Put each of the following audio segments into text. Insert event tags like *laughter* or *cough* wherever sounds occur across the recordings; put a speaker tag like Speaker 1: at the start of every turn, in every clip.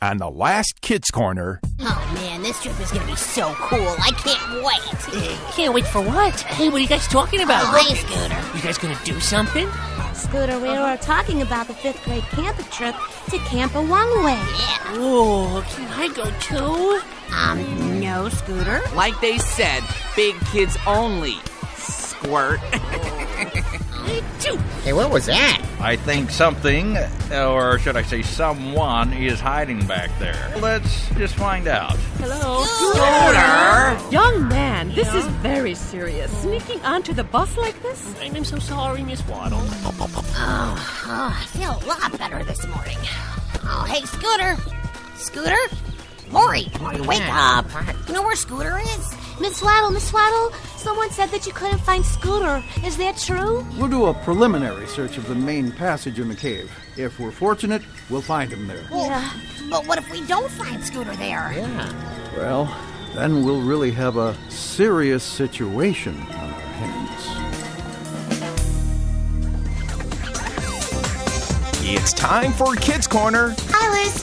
Speaker 1: on the last Kids Corner.
Speaker 2: Oh man, this trip is gonna be so cool. I can't *laughs* wait.
Speaker 3: Can't wait for what? Hey, what are you guys talking about?
Speaker 2: Oh, hey, Scooter.
Speaker 3: You guys gonna do something?
Speaker 4: Scooter, we were talking about the fifth grade camping trip to Camp a One Way.
Speaker 2: Yeah.
Speaker 3: Oh, can I go too?
Speaker 2: Um, no, Scooter.
Speaker 5: Like they said, big kids only. Squirt.
Speaker 3: I do.
Speaker 2: Hey, what was that?
Speaker 6: I think something, or should I say someone, is hiding back there. Let's just find out.
Speaker 7: Hello?
Speaker 5: Scooter!
Speaker 7: Young man, this is very serious. Sneaking onto the bus like this?
Speaker 3: I'm so sorry, Miss Waddle.
Speaker 2: Oh, oh, I feel a lot better this morning. Oh, hey, Scooter. Scooter? Lori, Lori, wake up. You know where Scooter is?
Speaker 4: Miss Waddle, Miss Waddle, someone said that you couldn't find Scooter. Is that true?
Speaker 8: We'll do a preliminary search of the main passage in the cave. If we're fortunate, we'll find him there.
Speaker 2: Well, But what if we don't find Scooter there?
Speaker 8: Well, then we'll really have a serious situation on our hands.
Speaker 1: It's time for Kids Corner
Speaker 2: Hi, Liz.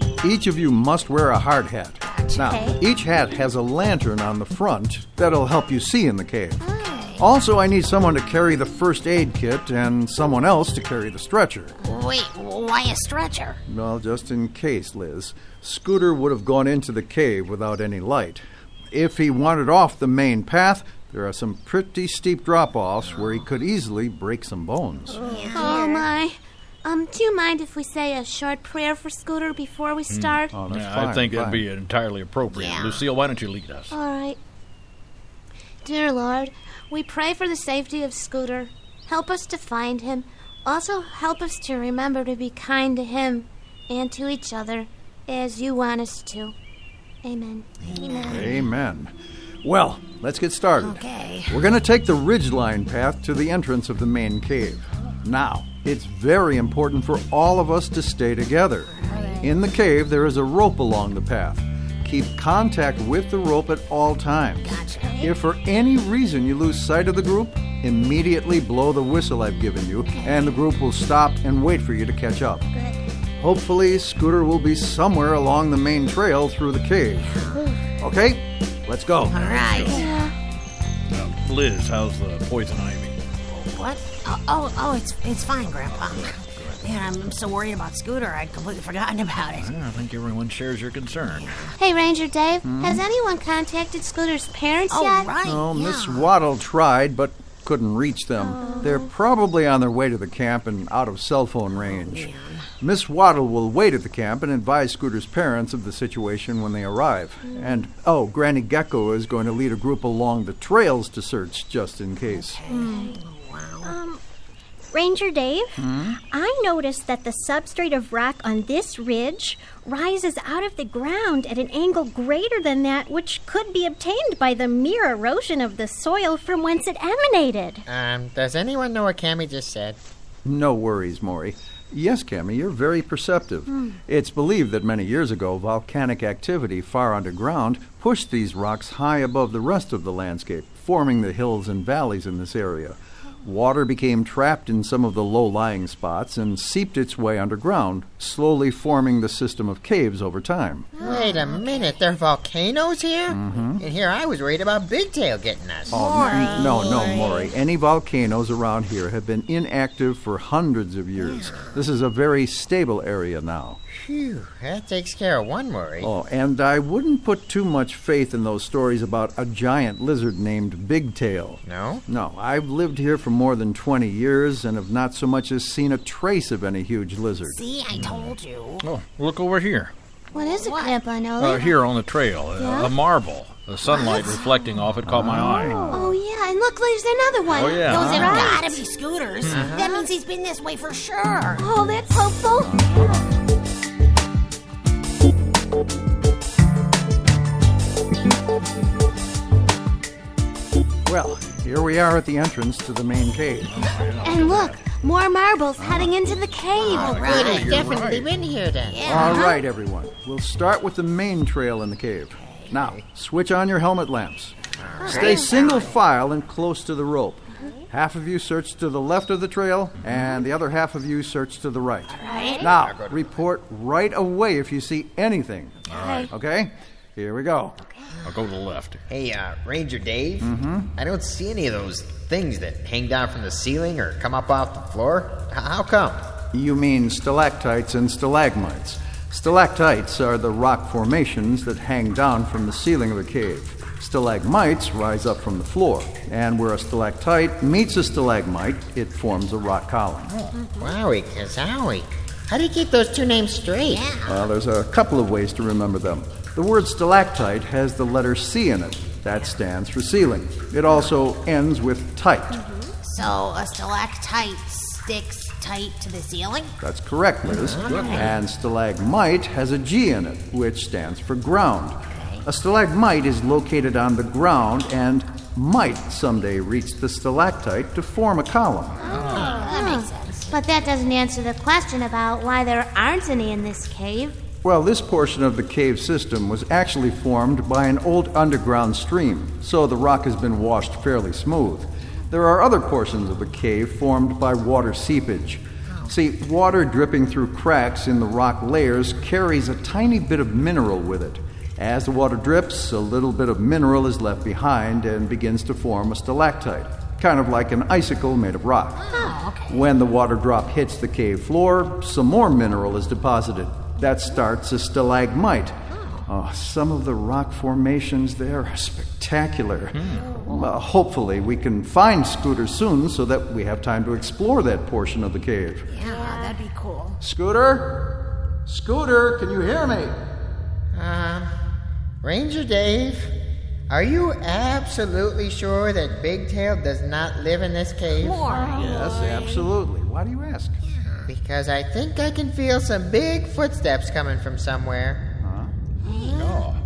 Speaker 8: each of you must wear a hard hat. Now,
Speaker 4: Okay.
Speaker 8: each hat has a lantern on the front that'll help you see in the cave. Also, I need someone to carry the first aid kit and someone else to carry the stretcher.
Speaker 2: Wait, why a stretcher?
Speaker 8: Well, just in case, Liz. Scooter would have gone into the cave without any light. If he wanted off the main path, there are some pretty steep drop offs where he could easily break some bones.
Speaker 4: Oh my. Um, do you mind if we say a short prayer for Scooter before we start?
Speaker 8: Oh, that's
Speaker 9: I
Speaker 8: fine,
Speaker 9: think
Speaker 8: fine.
Speaker 9: that'd be entirely appropriate.
Speaker 2: Yeah.
Speaker 9: Lucille, why don't you lead us?
Speaker 4: All right. Dear Lord, we pray for the safety of Scooter. Help us to find him. Also, help us to remember to be kind to him and to each other as you want us to. Amen. Amen.
Speaker 8: Amen. Well, let's get started.
Speaker 2: Okay.
Speaker 8: We're going to take the ridgeline path to the entrance of the main cave. Now, it's very important for all of us to stay together. In the cave, there is a rope along the path. Keep contact with the rope at all times. If for any reason you lose sight of the group, immediately blow the whistle I've given you, and the group will stop and wait for you to catch up. Hopefully, Scooter will be somewhere along the main trail through the cave. Okay, let's go.
Speaker 2: All right.
Speaker 8: Oh.
Speaker 9: Now, Liz, how's the poison ivy?
Speaker 2: What? Oh, oh, oh it's it's fine, Grandpa. Man, I'm, I'm so worried about Scooter. I'd completely forgotten about it.
Speaker 9: I think everyone shares your concern.
Speaker 4: Hey, Ranger Dave, has anyone contacted Scooter's parents
Speaker 2: Oh,
Speaker 4: yet?
Speaker 2: right.
Speaker 8: No,
Speaker 2: yeah. Oh.
Speaker 8: Miss Waddle tried, but couldn't reach them. They're probably on their way to the camp and out of cell phone range. Miss Waddle will wait at the camp and advise Scooter's parents of the situation when they arrive.
Speaker 2: Hmm.
Speaker 8: And, oh, Granny Gecko is going to lead a group along the trails to search just in case.
Speaker 10: Ranger Dave, I noticed that the substrate of rock on this ridge rises out of the ground at an angle greater than that which could be obtained by the mere erosion of the soil from whence it emanated.
Speaker 11: Um, does anyone know what Cammy just said?
Speaker 8: No worries, Maury. Yes, Cammy, you're very perceptive. It's believed that many years ago, volcanic activity far underground pushed these rocks high above the rest of the landscape, forming the hills and valleys in this area. Water became trapped in some of the low lying spots and seeped its way underground, slowly forming the system of caves over time.
Speaker 11: Wait a minute, there are volcanoes here?
Speaker 8: Mm-hmm.
Speaker 11: And here I was worried about Bigtail getting us.
Speaker 8: Oh, n- no, no, Maury. Any volcanoes around here have been inactive for hundreds of years. This is a very stable area now.
Speaker 11: Phew, that takes care of one worry.
Speaker 8: Oh, and I wouldn't put too much faith in those stories about a giant lizard named Bigtail.
Speaker 11: No?
Speaker 8: No, I've lived here for more than 20 years and have not so much as seen a trace of any huge lizard.
Speaker 2: See, I told you.
Speaker 9: Oh, look over here.
Speaker 4: What is it, Grandpa Noli?
Speaker 9: Uh, here on the trail, uh, a marble. The sunlight reflecting off it caught my eye.
Speaker 4: Oh, yeah, and look, there's another one.
Speaker 9: Oh, yeah.
Speaker 2: Those have
Speaker 4: Right.
Speaker 2: gotta be Scooters. That means he's been this way for sure.
Speaker 4: Oh, that's hopeful.
Speaker 8: Well, here we are at the entrance to the main cave.
Speaker 4: And look, more marbles heading into the cave.
Speaker 8: All right,
Speaker 11: We've
Speaker 8: you're
Speaker 11: definitely
Speaker 8: right.
Speaker 11: been here then.
Speaker 8: All right, everyone. We'll start with the main trail in the cave. Now, switch on your helmet lamps. Stay single file and close to the rope. Half of you search to the left of the trail, and the other half of you search to the right.
Speaker 2: right.
Speaker 8: Now, report right away if you see anything. All
Speaker 11: right.
Speaker 8: Okay? Here we go.
Speaker 11: I'll go to the left. Hey, uh, Ranger Dave.
Speaker 8: Mm-hmm.
Speaker 11: I don't see any of those things that hang down from the ceiling or come up off the floor. H- how come?
Speaker 8: You mean stalactites and stalagmites. Stalactites are the rock formations that hang down from the ceiling of a cave. Stalagmites rise up from the floor, and where a stalactite meets a stalagmite, it forms a rock column.
Speaker 11: Wowie, kazowie. How do you keep those two names straight? Yeah.
Speaker 8: Well, Uh, there's a couple of ways to remember them. The word stalactite has the letter C in it. That stands for ceiling. It also ends with tite.
Speaker 2: So a stalactite sticks tight to the ceiling?
Speaker 8: That's correct, Liz. And stalagmite has a G in it, which stands for ground. A stalagmite is located on the ground and might someday reach the stalactite to form a column.
Speaker 4: That makes sense. But that doesn't answer the question about why there aren't any in this cave.
Speaker 8: Well, this portion of the cave system was actually formed by an old underground stream, so the rock has been washed fairly smooth. There are other portions of the cave formed by water seepage. See, water dripping through cracks in the rock layers carries a tiny bit of mineral with it. As the water drips, a little bit of mineral is left behind and begins to form a stalactite, kind of like an icicle made of rock.
Speaker 2: Oh,
Speaker 8: When the water drop hits the cave floor, some more mineral is deposited. That starts a stalagmite. Oh, some of the rock formations there are spectacular.
Speaker 2: Hmm.
Speaker 8: Well, hopefully, we can find Scooter soon so that we have time to explore that portion of the cave.
Speaker 2: Yeah, that'd be cool.
Speaker 8: Scooter? Scooter, can you hear me?
Speaker 11: Um, Ranger Dave, are you absolutely sure that Bigtail does not live in this cave?
Speaker 8: Yes, absolutely. Why do you ask?
Speaker 11: Because I think I can feel some big footsteps coming from somewhere.
Speaker 9: I
Speaker 2: Wait a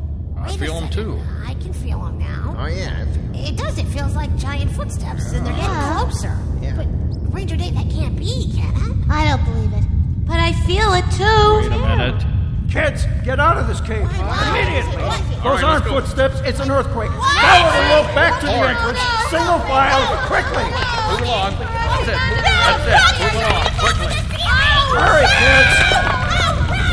Speaker 9: Oh, feel them too.
Speaker 2: I can feel them now.
Speaker 11: Oh, yeah.
Speaker 2: It does. It feels like giant footsteps, and they're getting closer. But Ranger Dave, that can't be, can it?
Speaker 4: I don't believe it. But I feel it too.
Speaker 9: Wait a minute.
Speaker 12: Kids, get out of this cave immediately. Those aren't footsteps, it's an earthquake. Follow the rope back to the entrance, single file, quickly. Move along. That's it. That's it. Move along, quickly. Hurry, kids.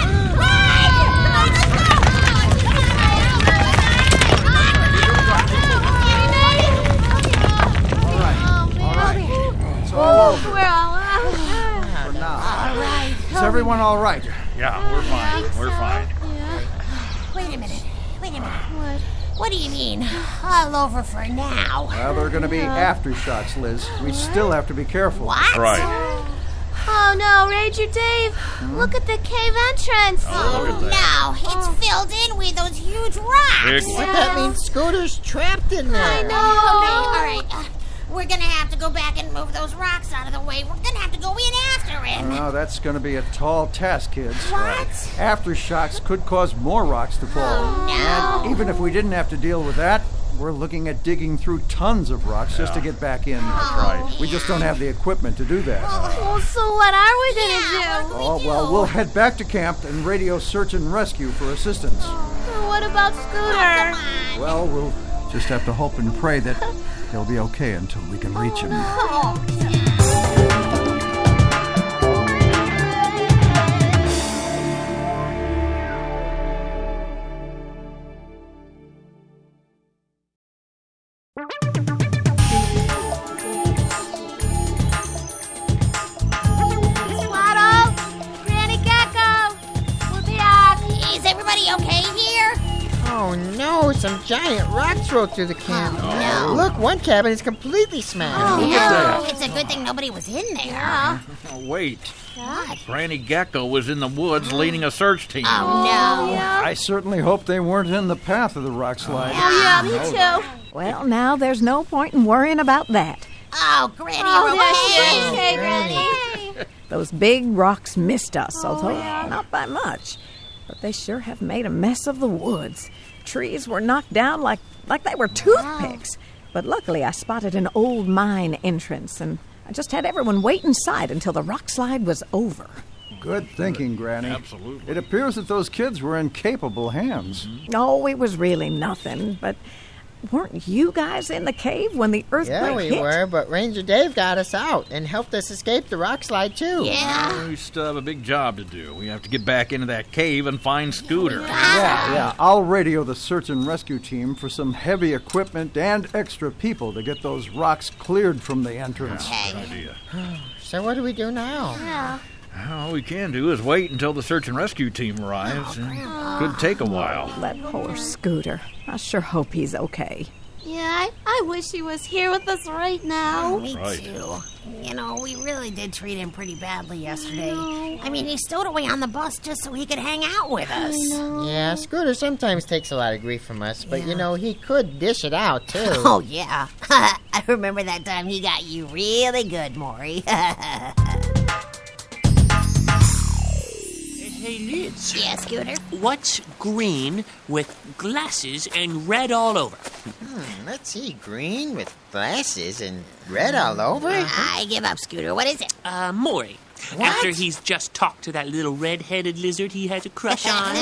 Speaker 8: It's all over.
Speaker 4: We're all out.
Speaker 8: All right. Is everyone all right?
Speaker 6: Yeah, we're fine. We're fine.
Speaker 2: Wait a minute. Wait a minute. What? What do you mean? All over for now.
Speaker 8: Well, there are going to be aftershocks, Liz. We still have to be careful.
Speaker 2: What?
Speaker 6: Right.
Speaker 4: Oh no, Ranger Dave! Look at the cave entrance.
Speaker 6: Oh, look at that.
Speaker 2: Now it's
Speaker 4: Oh.
Speaker 2: filled in with those huge rocks.
Speaker 6: Big
Speaker 11: But that means Scooter's trapped in there.
Speaker 2: I know. Okay, all right. Uh, we're gonna have to go back and move those rocks out of the way. We're gonna have to go in after him.
Speaker 8: Oh, that's going to be a tall task, kids.
Speaker 2: What? Oh,
Speaker 8: Aftershocks could cause more rocks to fall.
Speaker 2: no.
Speaker 8: And even if we didn't have to deal with that, we're looking at digging through tons of rocks just to get back in.
Speaker 2: Oh,
Speaker 6: right.
Speaker 8: We just don't have the equipment to do that.
Speaker 4: Well, so what are we gonna do?
Speaker 8: Oh, well, we'll head back to camp and radio search and rescue for assistance.
Speaker 4: What about Scooter?
Speaker 8: Well, we'll just have to hope and pray that he'll be okay until we can reach him.
Speaker 4: Swaddle, Granny Gecko, we'll be back.
Speaker 2: Is everybody okay here?
Speaker 11: Oh no, some giant rocks rolled through the camp.
Speaker 2: Oh, no. Oh,
Speaker 11: Look, one cabin is completely smashed.
Speaker 2: No. It's a good thing nobody was in there.
Speaker 6: Oh, wait. Granny Gecko was in the woods leading a search team.
Speaker 2: Oh no.
Speaker 8: I certainly hope they weren't in the path of the rock slide.
Speaker 4: Yeah, me too.
Speaker 7: Well, now there's no point in worrying about that.
Speaker 2: Oh, Granny,
Speaker 4: Oh,
Speaker 2: we're
Speaker 4: there
Speaker 2: waiting.
Speaker 4: she is. Hey, Granny.
Speaker 7: Those big rocks missed us, although not by much. But they sure have made a mess of the woods. Trees were knocked down like like they were toothpicks. But luckily, I spotted an old mine entrance, and I just had everyone wait inside until the rock slide was over.
Speaker 8: Good thinking, Granny. Absolutely. It appears that those kids were in capable hands.
Speaker 13: Mm-hmm.
Speaker 7: Oh, it was really nothing, but weren't you guys in the cave when the earthquake
Speaker 11: Yeah, we
Speaker 7: hit?
Speaker 11: were, but Ranger Dave got us out and helped us escape the rock slide, too.
Speaker 6: We still have a big job to do. We have to get back into that cave and find Scooter.
Speaker 8: Yeah, yeah. I'll radio the search and rescue team for some heavy equipment and extra people to get those rocks cleared from the entrance.
Speaker 6: idea.
Speaker 11: So, what do we do now?
Speaker 2: Oh,
Speaker 6: All we can do is wait until the search and rescue team arrives.
Speaker 2: Oh,
Speaker 6: and it could take a while.
Speaker 7: That poor Scooter. I sure hope he's okay.
Speaker 4: Yeah, I, I wish he was here with us right now.
Speaker 2: me
Speaker 7: Right.
Speaker 2: too. You know, we really did treat him pretty badly yesterday. I mean, he stowed away on the bus just so he could hang out with us.
Speaker 11: Yeah, Scooter sometimes takes a lot of grief from us, but you know, he could dish it out, too.
Speaker 2: Oh, yeah. *laughs* I remember that time he got you really good, Maury. *laughs*
Speaker 3: Hey, Liz.
Speaker 2: Yeah, Scooter?
Speaker 3: What's green with glasses and red all over?
Speaker 11: Hmm, *laughs* let's see. Green with glasses and red all over? I
Speaker 2: give up, Scooter. What is *laughs* it?
Speaker 3: Uh, Maury. After he's just talked to that little red-headed lizard he has
Speaker 11: *laughs*
Speaker 3: a crush on.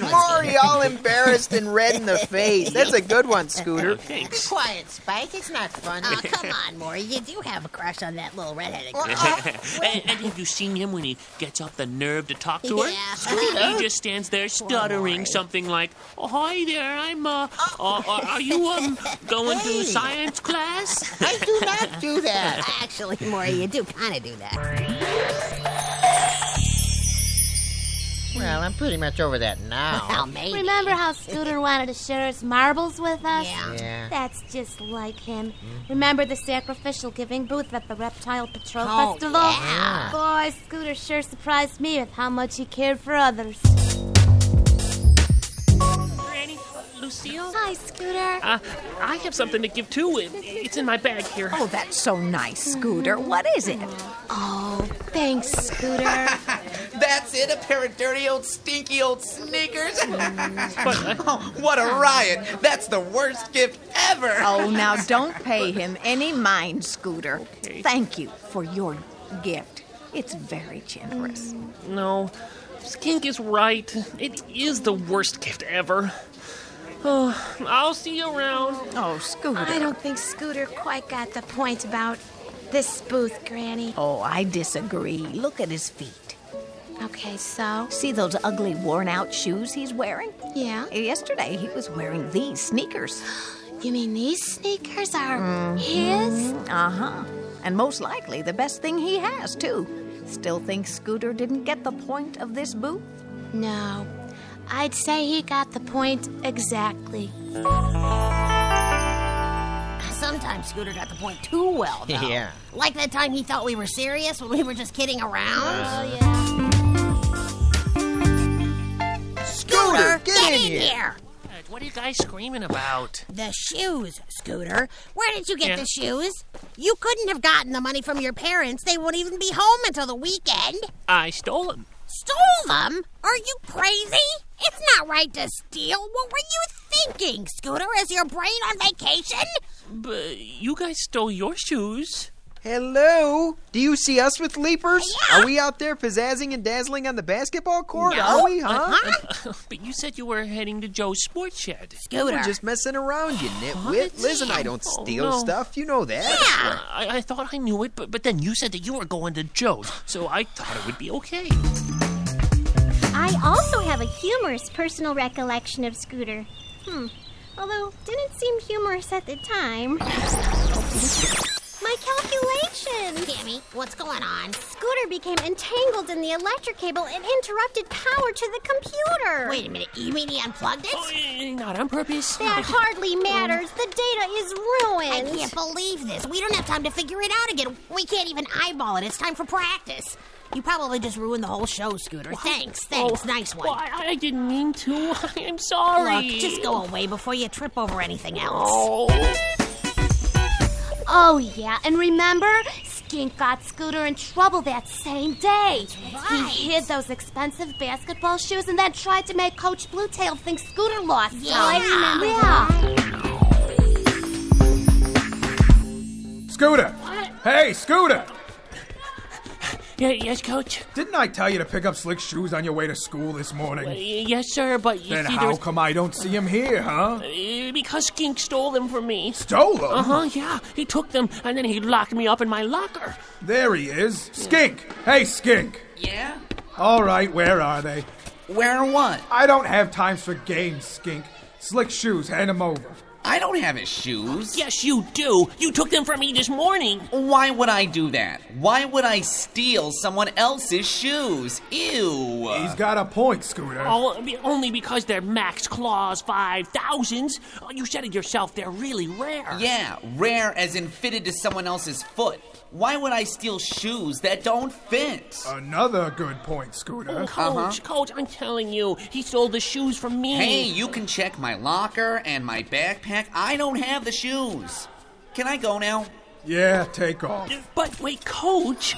Speaker 3: *laughs*
Speaker 14: Maury all embarrassed and red in the face. That's a good
Speaker 2: *laughs*
Speaker 14: one, Scooter.
Speaker 2: Be quiet, Spike. It's not
Speaker 4: *laughs*
Speaker 2: funny. Oh, come on, Maury. You do have a crush on that little redheaded girl. *laughs*
Speaker 3: and, and have you seen him when he gets up the nerve to talk to her?
Speaker 2: Yeah.
Speaker 3: *laughs* He just stands there stuttering something like, oh, "Hi there, I'm uh, uh, are- are you um
Speaker 11: *laughs*
Speaker 3: going to science class?"
Speaker 2: I do not
Speaker 11: *laughs*
Speaker 2: do that. Actually, Maury, you do kind of do that.
Speaker 11: Well, I'm pretty much over that now.
Speaker 4: Remember how Scooter wanted to share his marbles with us?
Speaker 11: Yeah. Yeah.
Speaker 4: That's just like him.
Speaker 2: Mm-hmm.
Speaker 4: Remember the sacrificial giving booth at the Reptile Patrol
Speaker 2: Oh,
Speaker 4: Festival?
Speaker 2: yeah.
Speaker 4: Boy, Scooter sure surprised me with how much he cared for others.
Speaker 3: Granny, Lucille.
Speaker 4: Hi, Scooter.
Speaker 3: Uh, I have something to give too. It- It's in my bag here.
Speaker 7: Oh, that's so nice, Scooter. What is it?
Speaker 4: Oh, thanks, Scooter.
Speaker 14: That's it, a pair of dirty old stinky old sneakers.
Speaker 3: oh,
Speaker 14: what a riot. That's the worst gift ever.
Speaker 7: Oh, now don't pay him any mind, Scooter. Thank you for your gift. It's very generous.
Speaker 3: No, Skink is right. It is the worst gift ever. Oh, I'll see you around.
Speaker 7: Oh, Scooter.
Speaker 4: I don't think Scooter quite got the point about this booth, Granny.
Speaker 7: Oh, I disagree. Look at his feet.
Speaker 4: Okay, so?
Speaker 7: See those ugly worn out shoes he's wearing?
Speaker 4: Yeah.
Speaker 7: Yesterday he was wearing these sneakers.
Speaker 4: You mean these sneakers are
Speaker 2: Mm-hmm.
Speaker 4: his?
Speaker 7: Uh huh. And most likely the best thing he has, too. Still think Scooter didn't get the point of this booth?
Speaker 4: No. I'd say he got the point exactly.
Speaker 2: Sometimes Scooter got the point too well, though.
Speaker 11: Yeah.
Speaker 2: Like that time he thought we were serious when we were just kidding around.
Speaker 14: Scooter, get in here.
Speaker 3: What are you guys screaming about?
Speaker 2: The shoes, Scooter. Where did you get
Speaker 3: Yeah.
Speaker 2: the shoes? You couldn't have gotten the money from your parents. They won't even be home until the weekend.
Speaker 3: I stole them.
Speaker 2: Stole them? Are you crazy? It's not right to steal. What were you thinking, Scooter? Is your brain on vacation?
Speaker 3: But you guys stole your shoes. *laughs*
Speaker 14: Hello? Do you see us with leapers? Are we out there pizzazzing and dazzling on the basketball court? Are we, huh?
Speaker 3: but you said you were heading to Joe's sports shed.
Speaker 14: We're just messing around, you nitwit. Liz and I don't
Speaker 3: Oh,
Speaker 14: steal
Speaker 3: no.
Speaker 14: stuff. You know that.
Speaker 3: Uh, I, I thought I knew it, but, but then you said that you were going to Joe's, so I thought it would be okay.
Speaker 10: I also have a humorous personal recollection of Scooter. Hmm. Although, didn't seem humorous at the time. My calculations!
Speaker 2: Cammy, what's going on?
Speaker 10: Scooter became entangled in the electric cable and interrupted power to the computer!
Speaker 2: Wait a minute. You mean he unplugged it?
Speaker 15: Oh,
Speaker 3: Not on purpose.
Speaker 10: That hardly matters. The data is
Speaker 2: I
Speaker 10: ruined.
Speaker 2: can't believe this. We don't have time to figure it out again. We can't even eyeball it. It's time for practice. You probably just ruined the whole show, Scooter. Thanks, thanks.
Speaker 10: Oh,
Speaker 2: nice one.
Speaker 3: Well, I, I didn't mean to. *laughs* I'm sorry.
Speaker 2: Look, just go away before you trip over anything else.
Speaker 4: Oh, yeah, and remember? Skink got Scooter in trouble that same day. He hid those expensive basketball shoes and then tried to make Coach Bluetail think Scooter lost them.
Speaker 2: Yeah. I remember
Speaker 4: Yeah.
Speaker 13: Scooter! Hey, Scooter!
Speaker 3: yes, Coach.
Speaker 13: Didn't I tell you to pick up Slick's shoes on your way to school this morning?
Speaker 3: Y- Yes, sir, but you
Speaker 13: then
Speaker 3: see,
Speaker 13: how
Speaker 3: there's-
Speaker 13: come I don't see him here, huh?
Speaker 3: Uh, because Skink stole them from me.
Speaker 13: Stole 'em?
Speaker 3: Uh huh, yeah. He took them and then he locked me up in my locker.
Speaker 13: There he is. Skink! Hey, Skink!
Speaker 3: Yeah?
Speaker 13: All right, where are they?
Speaker 15: Where what?
Speaker 13: I don't have time for games, Skink. Slick shoes, hand 'em over.
Speaker 15: I don't have his shoes.
Speaker 3: Yes, you do. You took them from me this morning.
Speaker 15: Why would I do that? Why would I steal someone else's shoes? Ew.
Speaker 13: He's got a point, Scooter.
Speaker 3: Oh, be- only because they're Max Claws 5000s. Oh, You said it yourself, they're really rare. Mm,
Speaker 11: Uh-huh.
Speaker 15: Yeah, rare as in fitted to someone else's foot. Why would I steal shoes that don't fit?
Speaker 13: Another good point, Scooter.
Speaker 15: Uh-huh.
Speaker 3: Oh, Coach, Coach, I'm telling you, he stole the shoes from me.
Speaker 15: Hey, you can check my locker and my backpack. I don't have the shoes. Can I go now?
Speaker 13: Yeah, take off.
Speaker 3: But wait, Coach.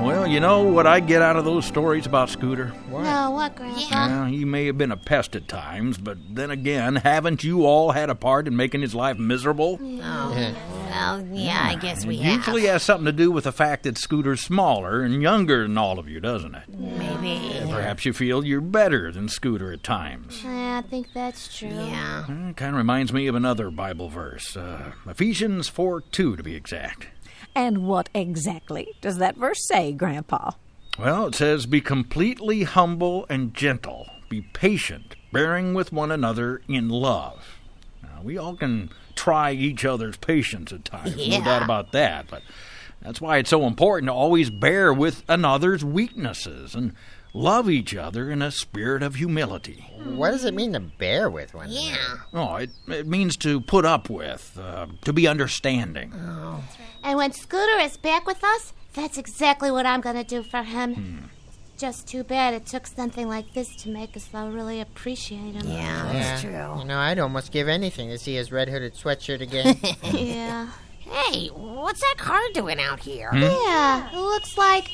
Speaker 6: Well, you know what I get out of those stories about Scooter?
Speaker 4: No, what, Grandpa?
Speaker 6: Well, he may have been a pest at times, but then again, haven't you all had a part in making his life miserable?
Speaker 2: Well, yeah, I guess we
Speaker 6: It
Speaker 2: have.
Speaker 6: usually has something to do with the fact that Scooter's smaller and younger than all of you, doesn't it?
Speaker 2: Maybe.
Speaker 6: Perhaps you feel you're better than Scooter at times.
Speaker 4: Yeah, I think that's true.
Speaker 2: Yeah.
Speaker 6: Kind of reminds me of another Bible verse, uh, Ephesians 4 2 to be exact.
Speaker 16: And what exactly does that verse say, Grandpa?
Speaker 6: Well, it says, Be completely humble and gentle, be patient, bearing with one another in love. Now, we all can try each other's patience at times,
Speaker 9: Yeah.
Speaker 6: no doubt about that, but that's why it's so important to always bear with another's weaknesses and love each other in a spirit of humility.
Speaker 11: What does it mean to bear with one? Yeah.
Speaker 6: Oh, it, it means to put up with, uh, to be understanding.
Speaker 4: And when Scooter is back with us, that's exactly what I'm gonna do for him. Just too bad it took something like this to make us all really appreciate him.
Speaker 11: true. You know, I'd almost give anything to see his red hooded sweatshirt *laughs* again.
Speaker 4: yeah.
Speaker 2: Hey, what's that car doing out here?
Speaker 11: Hmm?
Speaker 4: Yeah, it looks like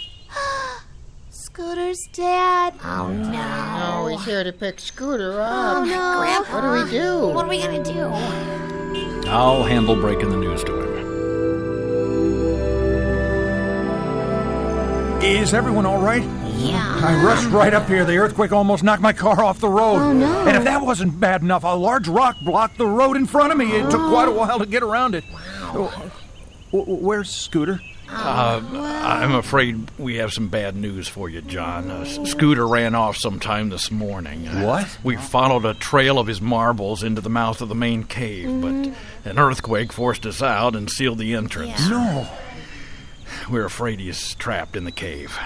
Speaker 4: *gasps* Scooter's dad.
Speaker 2: Oh no.
Speaker 11: Oh, he's here to pick Scooter
Speaker 4: Oh,
Speaker 11: up.
Speaker 4: no.
Speaker 11: What do we do?
Speaker 2: What are we gonna do?
Speaker 6: I'll handle breaking the news to him.
Speaker 13: Is everyone all right?
Speaker 2: Yeah.
Speaker 13: I rushed right up here. The earthquake almost knocked my car off the road.
Speaker 12: Oh, no.
Speaker 13: And if that wasn't bad enough, a large rock blocked the road in front of me. It took quite a while to get around it. Wow. Where's Scooter?
Speaker 6: Uh, I'm afraid we have some bad news for you, John. Uh, S- Scooter ran off sometime this morning. What? we followed a trail of his marbles into the mouth of the main cave, but an earthquake forced us out and sealed the entrance.
Speaker 13: No.
Speaker 6: We're afraid he's trapped in the cave.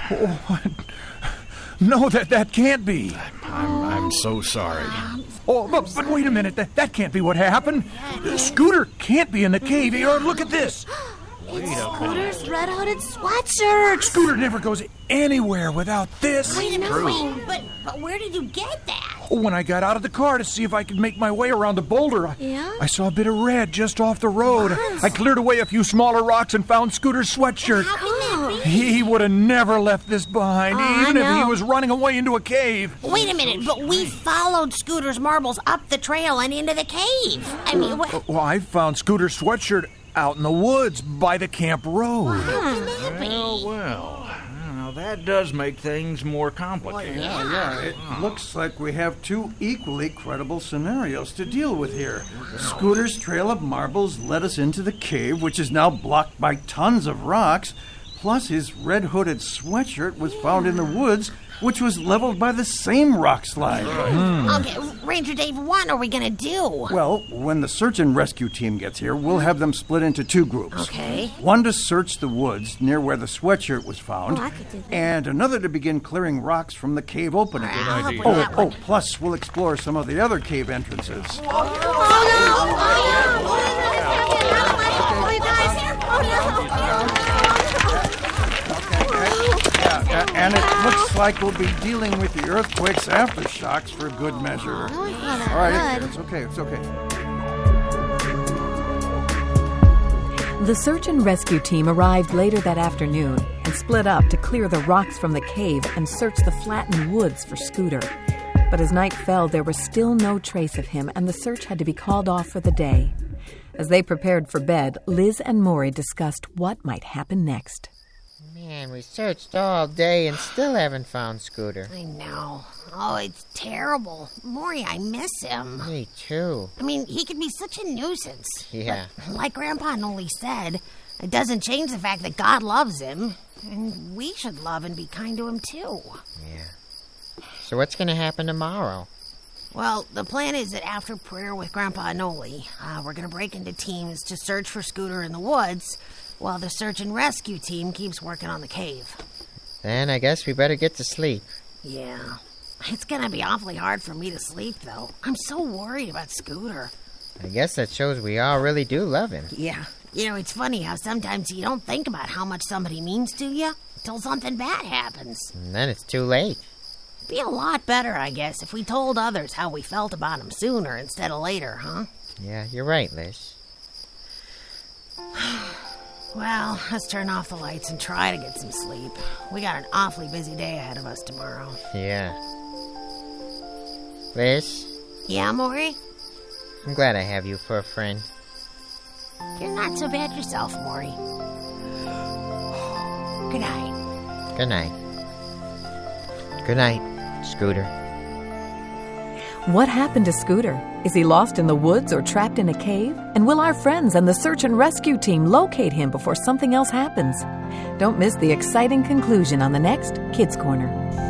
Speaker 13: No, that, that can't be.
Speaker 6: I'm, I'm so sorry.
Speaker 13: Oh, but, but wait a minute. That, that can't be what happened. Scooter can't be in the cave. Or look at this.
Speaker 4: Scooter's red hooded sweatshirt.
Speaker 13: Scooter never goes anywhere without this.
Speaker 2: Wait a minute, wait, but, but where did you get that?
Speaker 13: When I got out of the car to see if I could make my way around the boulder, I,
Speaker 2: Yeah?
Speaker 13: I saw a bit of red just off the road.
Speaker 2: What?
Speaker 13: I cleared away a few smaller rocks and found Scooter's sweatshirt. He, he would have never left this behind,
Speaker 2: Oh, I
Speaker 13: even if he
Speaker 2: know.
Speaker 13: was running away into a cave.
Speaker 2: Wait a minute, but we followed Scooter's marbles up the trail and into the cave. I mean, what?
Speaker 13: Well, I found Scooter's sweatshirt out in the woods by the camp road.
Speaker 6: Well, well. Now, that does make things more complicated.
Speaker 8: Yeah, yeah. It looks like we have two equally credible scenarios to deal with here. Scooter's trail of marbles led us into the cave, which is now blocked by tons of rocks. Plus, his red hooded sweatshirt was found in the woods, which was leveled by the same rock slide.
Speaker 2: Okay, Ranger Dave, what are we gonna do?
Speaker 8: Well, when the search and rescue team gets here, we'll have them split into two groups.
Speaker 2: Okay.
Speaker 8: One to search the woods near where the sweatshirt was found,
Speaker 2: Oh, I could do that.
Speaker 8: and another to begin clearing rocks from the cave opening.
Speaker 2: Good I'll idea. help with
Speaker 8: Oh,
Speaker 2: that
Speaker 8: oh, plus we'll explore some of the other cave entrances. Uh, a- and it looks like we'll be dealing with the earthquake's aftershocks for good measure.
Speaker 2: Oh,
Speaker 8: All right, it's okay, it's okay.
Speaker 16: The search and rescue team arrived later that afternoon and split up to clear the rocks from the cave and search the flattened woods for Scooter. But as night fell, there was still no trace of him, and the search had to be called off for the day. As they prepared for bed, Liz and Maury discussed what might happen next.
Speaker 11: Man, we searched all day and still haven't found Scooter.
Speaker 2: I know. Oh, it's terrible. Maury, I miss him.
Speaker 11: Me too.
Speaker 2: I mean, he can be such a nuisance.
Speaker 11: Yeah.
Speaker 2: But like Grandpa Noli said, it doesn't change the fact that God loves him. And we should love and be kind to him, too.
Speaker 11: So what's going to happen tomorrow?
Speaker 2: Well, the plan is that after prayer with Grandpa Noli, uh, we're going to break into teams to search for Scooter in the woods while the search and rescue team keeps working on the cave.
Speaker 11: Then I guess we better get to sleep.
Speaker 2: Yeah. It's going to be awfully hard for me to sleep, though. I'm so worried about Scooter.
Speaker 11: I guess that shows we all really do love him.
Speaker 2: Yeah. You know, it's funny how sometimes you don't think about how much somebody means to you till something bad happens.
Speaker 11: And then it's too late.
Speaker 2: Be a lot better, I guess, if we told others how we felt about him sooner instead of later, huh?
Speaker 11: Yeah, you're right, Liz.
Speaker 2: Well, let's turn off the lights and try to get some sleep. We got an awfully busy day ahead of us tomorrow.
Speaker 11: Yeah. Liz,
Speaker 2: Yeah, Maury?
Speaker 11: I'm glad I have you for a friend.
Speaker 2: You're not so bad yourself, Maury. Good night.
Speaker 11: Good night. Good night, Scooter.
Speaker 16: What happened to Scooter? Is he lost in the woods or trapped in a cave? And will our friends and the search and rescue team locate him before something else happens? Don't miss the exciting conclusion on the next Kids Corner.